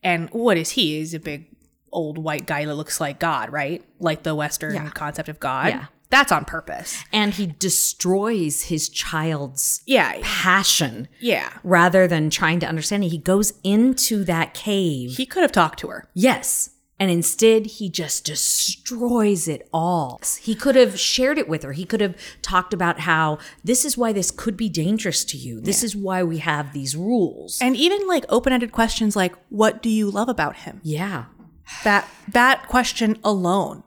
S2: And what is he? He's a big old white guy that looks like God, right? Like the Western
S1: Yeah.
S2: concept of God.
S1: Yeah.
S2: That's on purpose.
S1: And he destroys his child's
S2: Yeah.
S1: passion
S2: Yeah.
S1: rather than trying to understand it. He goes into that cave.
S2: He could have talked to her.
S1: Yes. And instead, he just destroys it all. He could have shared it with her. He could have talked about how this is why this could be dangerous to you. This is why we have these rules.
S2: And even like open-ended questions like what do you love about him?
S1: yeah.
S2: that that question alone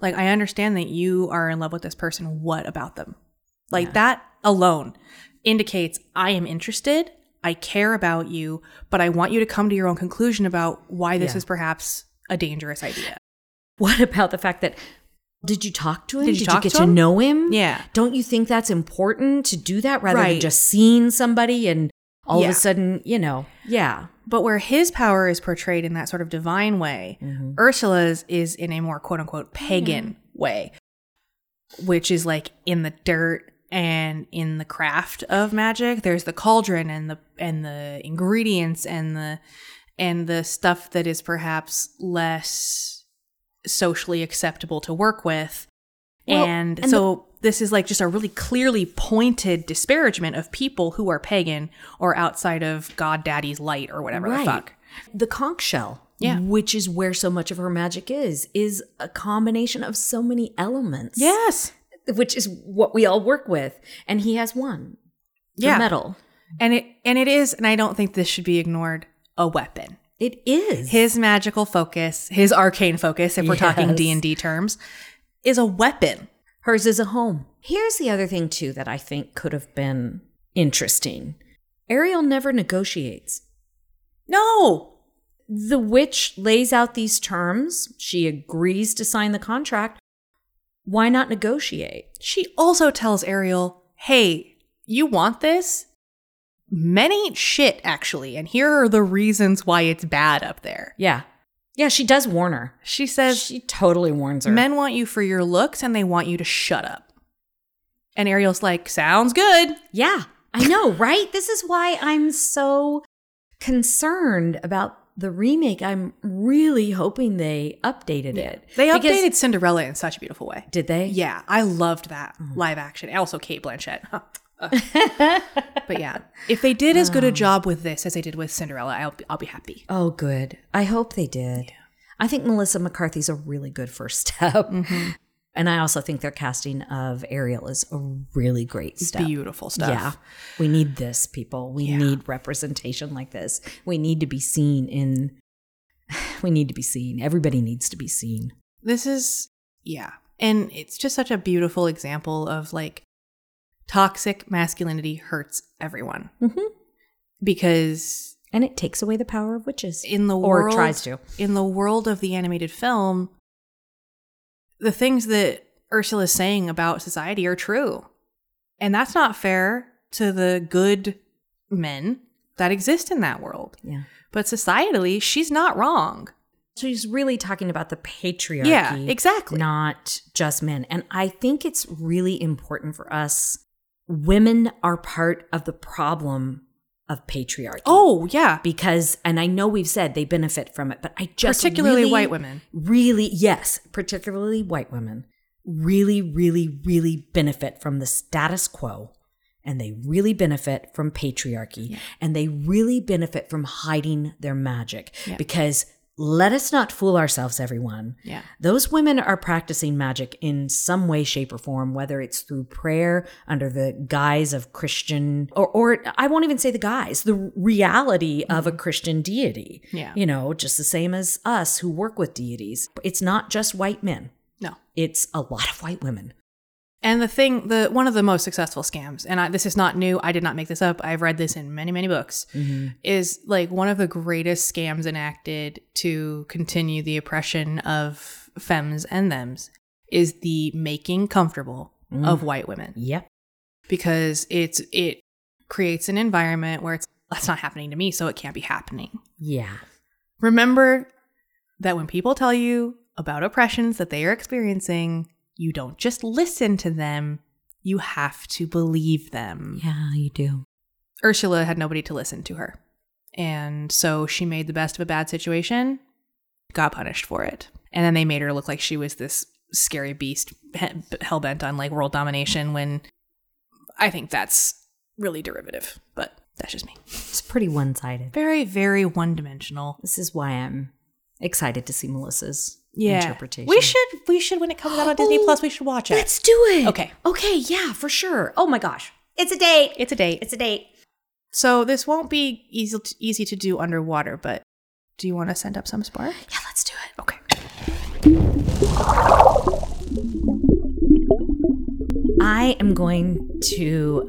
S2: like i understand that you are in love with this person what about them like that alone indicates i am interested i care about you but i want you to come to your own conclusion about why this
S1: Yeah.
S2: is perhaps a dangerous idea
S1: What about the fact that did you talk to him?
S2: Did you talk
S1: get
S2: to
S1: to
S2: him?
S1: know him?
S2: Yeah.
S1: Don't you think that's important to do that rather than
S2: Right.
S1: just seeing somebody and all of
S2: Yeah.
S1: a sudden, you know, yeah.
S2: but where his power is portrayed in that sort of divine way ursula's is in a more quote-unquote pagan way which is like in the dirt and in the craft of magic there's the cauldron and the and the ingredients and the and the stuff that is perhaps less socially acceptable to work with
S1: Well,
S2: and,
S1: and
S2: so this is like just a really clearly pointed disparagement of people who are pagan or outside of god daddy's light or whatever the fuck
S1: The conch shell,
S2: Yeah.
S1: which is where so much of her magic is, is a combination of so many elements.
S2: yes
S1: Which is what we all work with. And he has one. The
S2: yeah
S1: metal.
S2: and it and it is and i don't think this should be ignored a weapon
S1: It is.
S2: his magical focus his arcane focus if we're talking
S1: Yes.
S2: d&d terms is a weapon
S1: Hers is a home. Here's the other thing, too, that I think could have been interesting Ariel never negotiates.
S2: no
S1: The witch lays out these terms. She agrees to sign the contract. Why not negotiate?
S2: She also tells Ariel, hey, you want this? Men ain't shit, actually, and here are the reasons why it's bad up there.
S1: Yeah. Yeah, she does warn her.
S2: She says,
S1: She totally warns her.
S2: men want you for your looks and they want you to shut up. And Ariel's like, sounds good.
S1: Yeah, I know, right? This is why I'm so concerned about the remake. I'm really hoping they updated it.
S2: They updated
S1: Because-
S2: Cinderella in such a beautiful way.
S1: Did they?
S2: Yeah, I loved that live action. And Also, Kate Blanchett. Huh. Ugh. but yeah, if they did as good a job with this as they did with Cinderella, I'll I'll be happy.
S1: Oh, good. I hope they did. I think Melissa McCarthy's a really good first step.
S2: Mm-hmm.
S1: And I also think their casting of Ariel is a really great step.
S2: Beautiful stuff.
S1: Yeah. We need this, people. We need representation like this. We need to be seen in we need to be seen. Everybody needs to be seen.
S2: This is yeah, and it's just such a beautiful example of like toxic masculinity hurts everyone
S1: Mhm.
S2: because
S1: And it takes away the power of witches.
S2: in the
S1: Or
S2: world
S1: tries to.
S2: in the world of the animated film the things that ursula's saying about society are true and that's not fair to the good men that exist in that world
S1: yeah.
S2: but societally she's not wrong
S1: So he's really talking about the patriarchy.
S2: yeah exactly
S1: Not just men. And I think it's really important for us. Women are part of the problem of patriarchy.
S2: oh yeah
S1: Because, and I know we've said they benefit from it, but I just
S2: particularly
S1: really-
S2: white women
S1: Really, yes, particularly white women really, really, really benefit from the status quo. And they really benefit from patriarchy. And they really benefit from hiding their magic.
S2: Yeah.
S1: Because let us not fool ourselves, everyone.
S2: yeah
S1: Those women are practicing magic in some way, shape, or form, whether it's through prayer under the guise of Christian, or, or I won't even say the guise, the reality of a Christian deity.
S2: Yeah.
S1: You know, just the same as us who work with deities. It's not just white men,
S2: no
S1: it's a lot of white women.
S2: And the thing, the one of the most successful scams, and I, this is not new. I did not make this up. I've read this in many, many books. Is like one of the greatest scams enacted to continue the oppression of femmes and them's is the making comfortable of white women
S1: Yep.
S2: because it's it creates an environment where it's that's not happening to me, so it can't be happening.
S1: Yeah.
S2: Remember that when people tell you about oppressions that they are experiencing, you don't just listen to them, you have to believe them.
S1: Yeah, you do.
S2: Ursula had nobody to listen to her. And so she made the best of a bad situation, got punished for it. And then they made her look like she was this scary beast hell bent on like world domination when I think that's really derivative, but that's just me.
S1: It's pretty one sided.
S2: Very, very one dimensional.
S1: This is why I'm excited to see Melissa's interpretation.
S2: We should we should when it comes out on Disney Plus, we should watch it.
S1: Let's do it.
S2: Okay.
S1: Okay. Yeah, for sure. Oh my gosh. It's a date.
S2: it's a date.
S1: It's a date.
S2: So this won't be easy to, easy to do underwater, but do you want to send up some spark?
S1: Yeah, let's do it.
S2: Okay.
S1: I am going to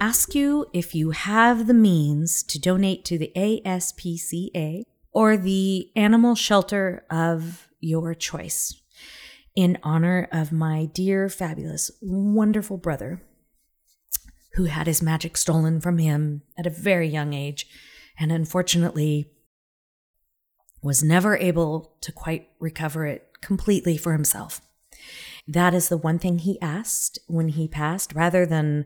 S1: ask you if you have the means to donate to the ASPCA or the animal shelter of your choice in honor of my dear, fabulous, wonderful brother who had his magic stolen from him at a very young age and unfortunately was never able to quite recover it completely for himself that is the one thing he asked when he passed rather than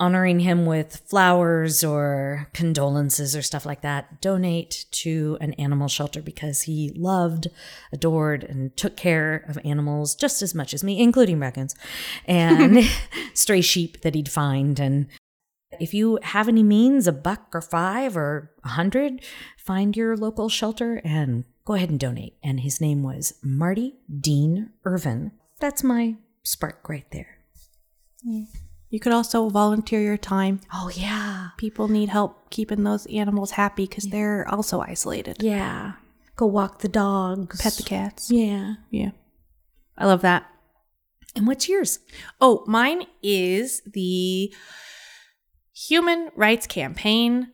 S1: honoring him with flowers or condolences or stuff like that donate to an animal shelter because he loved adored and took care of animals just as much as me including raccoons and stray sheep that he'd find and if you have any means a buck or five or a hundred find your local shelter and go ahead and donate and his name was marty dean irvin that's my spark right there
S2: You could also volunteer your time.
S1: oh yeah
S2: People need help keeping those animals happy because they're also isolated.
S1: yeah go walk the dogs
S2: Pet the cats.
S1: yeah
S2: Yeah. I love that.
S1: and what's yours
S2: Oh, mine is the Human Rights Campaign.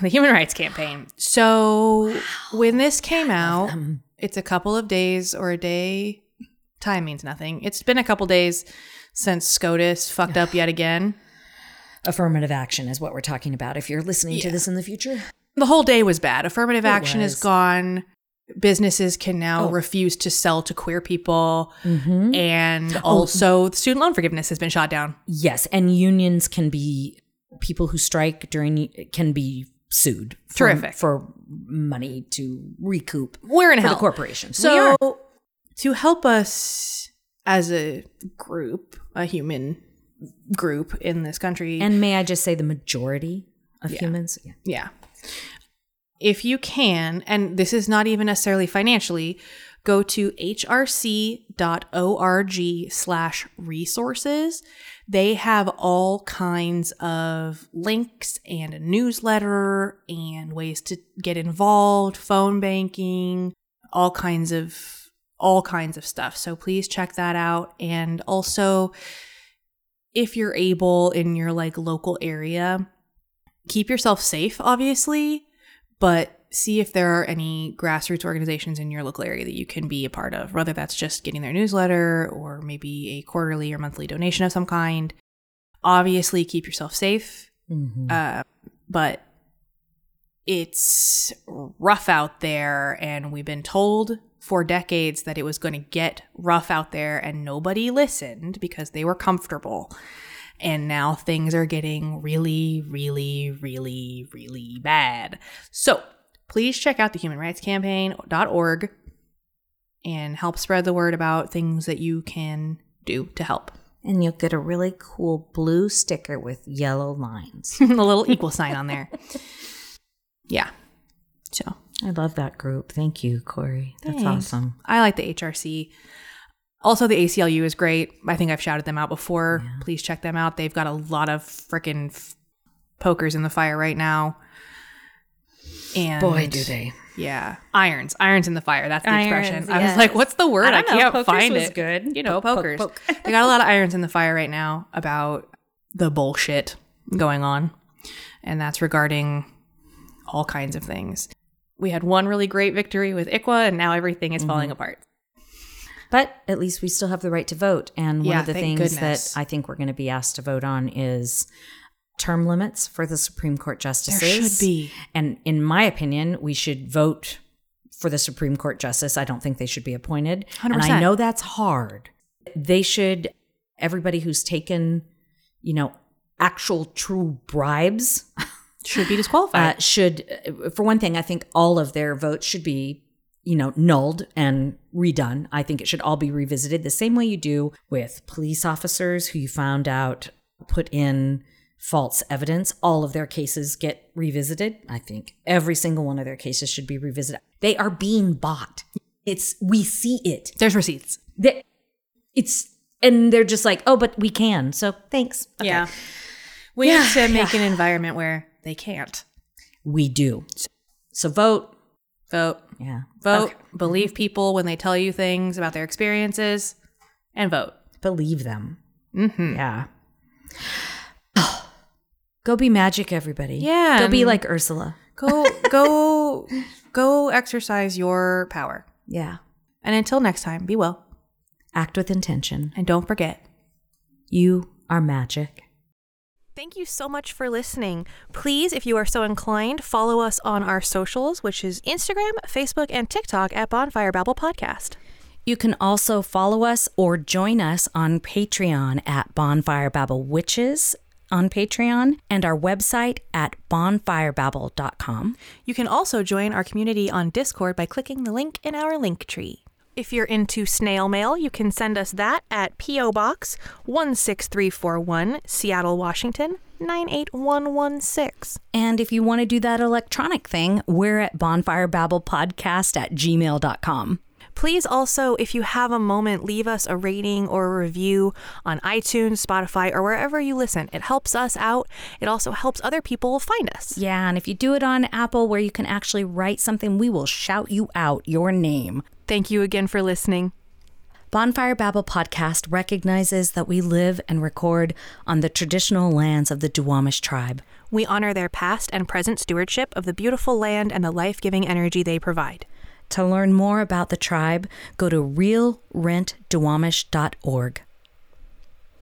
S2: The Human Rights Campaign. So when this came out, it's a couple of days or a day. Time means nothing. It's been a couple days since SCOTUS fucked up yet again.
S1: affirmative action is what we're talking about if you're listening to
S2: Yeah.
S1: this in the future
S2: The whole day was bad. Affirmative
S1: It
S2: action
S1: was.
S2: is gone. Businesses can now
S1: Oh.
S2: refuse to sell to queer people.
S1: mm-hmm.
S2: And also, student loan forgiveness has been shot down.
S1: Yes, and unions can be people who strike during can be sued for,
S2: Terrific.
S1: for money to recoup
S2: We're in
S1: for the
S2: hell.
S1: corporations. We
S2: So
S1: are.
S2: to help us as a group, a human group in this country,
S1: and may I just say the majority of humans? Yeah.
S2: yeah, if you can, and this is not even necessarily financially, go to hrc.org slash resources. They have all kinds of links and a newsletter and ways to get involved, phone banking, all kinds of all kinds of stuff. So please check that out and also if you're able in your like local area, keep yourself safe obviously, but see if there are any grassroots organizations in your local area that you can be a part of, whether that's just getting their newsletter or maybe a quarterly or monthly donation of some kind. Obviously, keep yourself safe
S1: Mhm.
S2: uh, but it's rough out there, and we've been told for decades that it was going to get rough out there, and nobody listened because they were comfortable. And now things are getting really, really, really, really bad. So please check out the humanrightscampaign.org and help spread the word about things that you can do to help.
S1: and you'll get a really cool blue sticker with yellow lines.
S2: a little equal sign on there. Yeah. So
S1: I love that group. Thank you, Corey. That's
S2: Thanks.
S1: awesome.
S2: I like the HRC. Also, the ACLU is great. I think I've shouted them out before. Please check them out. They've got a lot of freaking f- pokers in the fire right now. And
S1: they.
S2: Yeah, irons, irons in the fire. That's the
S1: Irons,
S2: expression. I
S1: yes.
S2: was like, what's the word? I,
S1: I don't know.
S2: can't
S1: Pokers
S2: find
S1: was
S2: it.
S1: good.
S2: You know,
S1: Poke, poke,
S2: pokers.
S1: poke.
S2: they got a lot of irons in the fire right now about the bullshit going on, and that's regarding all kinds of things. We had one really great victory with ICWA, and now everything is
S1: Mm-hmm.
S2: falling apart.
S1: But at least we still have the right to vote. And one
S2: Yeah,
S1: of the
S2: thank
S1: things
S2: goodness.
S1: that I think we're going to be asked to vote on is term limits for the Supreme Court justices.
S2: be.
S1: And in my opinion, we should vote for the Supreme Court justice. I don't think they should be appointed. And I
S2: 100%.
S1: know that's hard. They should, everybody who's taken, you know, actual true bribes
S2: Should be disqualified.
S1: uh, should, uh, for one thing, I think all of their votes should be, you know, nulled and redone. I think it should all be revisited the same way you do with police officers who you found out put in false evidence. All of their cases get revisited. I think every single one of their cases should be revisited. They are being bought. It's, we see it.
S2: There's receipts.
S1: They, it's, and they're just like, oh, but we can. So thanks. Okay.
S2: Yeah. We need to make an environment where they can't
S1: We do. So vote.
S2: vote.
S1: Yeah.
S2: Vote.
S1: Okay.
S2: Believe people when they tell you things about their experiences, and vote.
S1: Believe them.
S2: Mm-hmm.
S1: Yeah. Go be magic, everybody.
S2: Yeah,
S1: Go be
S2: and-
S1: like Ursula.
S2: Go, go, go! Exercise your power.
S1: Yeah.
S2: And until next time, be well,
S1: Act with intention.
S2: and don't forget.
S1: You are magic.
S2: Thank you so much for listening. Please, if you are so inclined, follow us on our socials, which is Instagram, Facebook, and TikTok at Bonfire Babble Podcast.
S1: You can also follow us or join us on Patreon at Bonfire Babble Witches on Patreon and our website at bonfirebabble.com.
S2: You can also join our community on Discord by clicking the link in our link tree. If you're into snail mail, you can send us that at P.O. Box 16341, Seattle, Washington 98116.
S1: And if you want to do that electronic thing, we're at bonfirebabblepodcast at gmail.com.
S2: Please also, if you have a moment, leave us a rating or a review on iTunes, Spotify, or wherever you listen. It helps us out. It also helps other people find us.
S1: Yeah, and if you do it on Apple where you can actually write something, we will shout you out your name.
S2: Thank you again for listening.
S1: Bonfire Babel podcast recognizes that we live and record on the traditional lands of the Duwamish tribe.
S2: We honor their past and present stewardship of the beautiful land and the life giving energy they provide.
S1: To learn more about the tribe, go to realrentduwamish.org.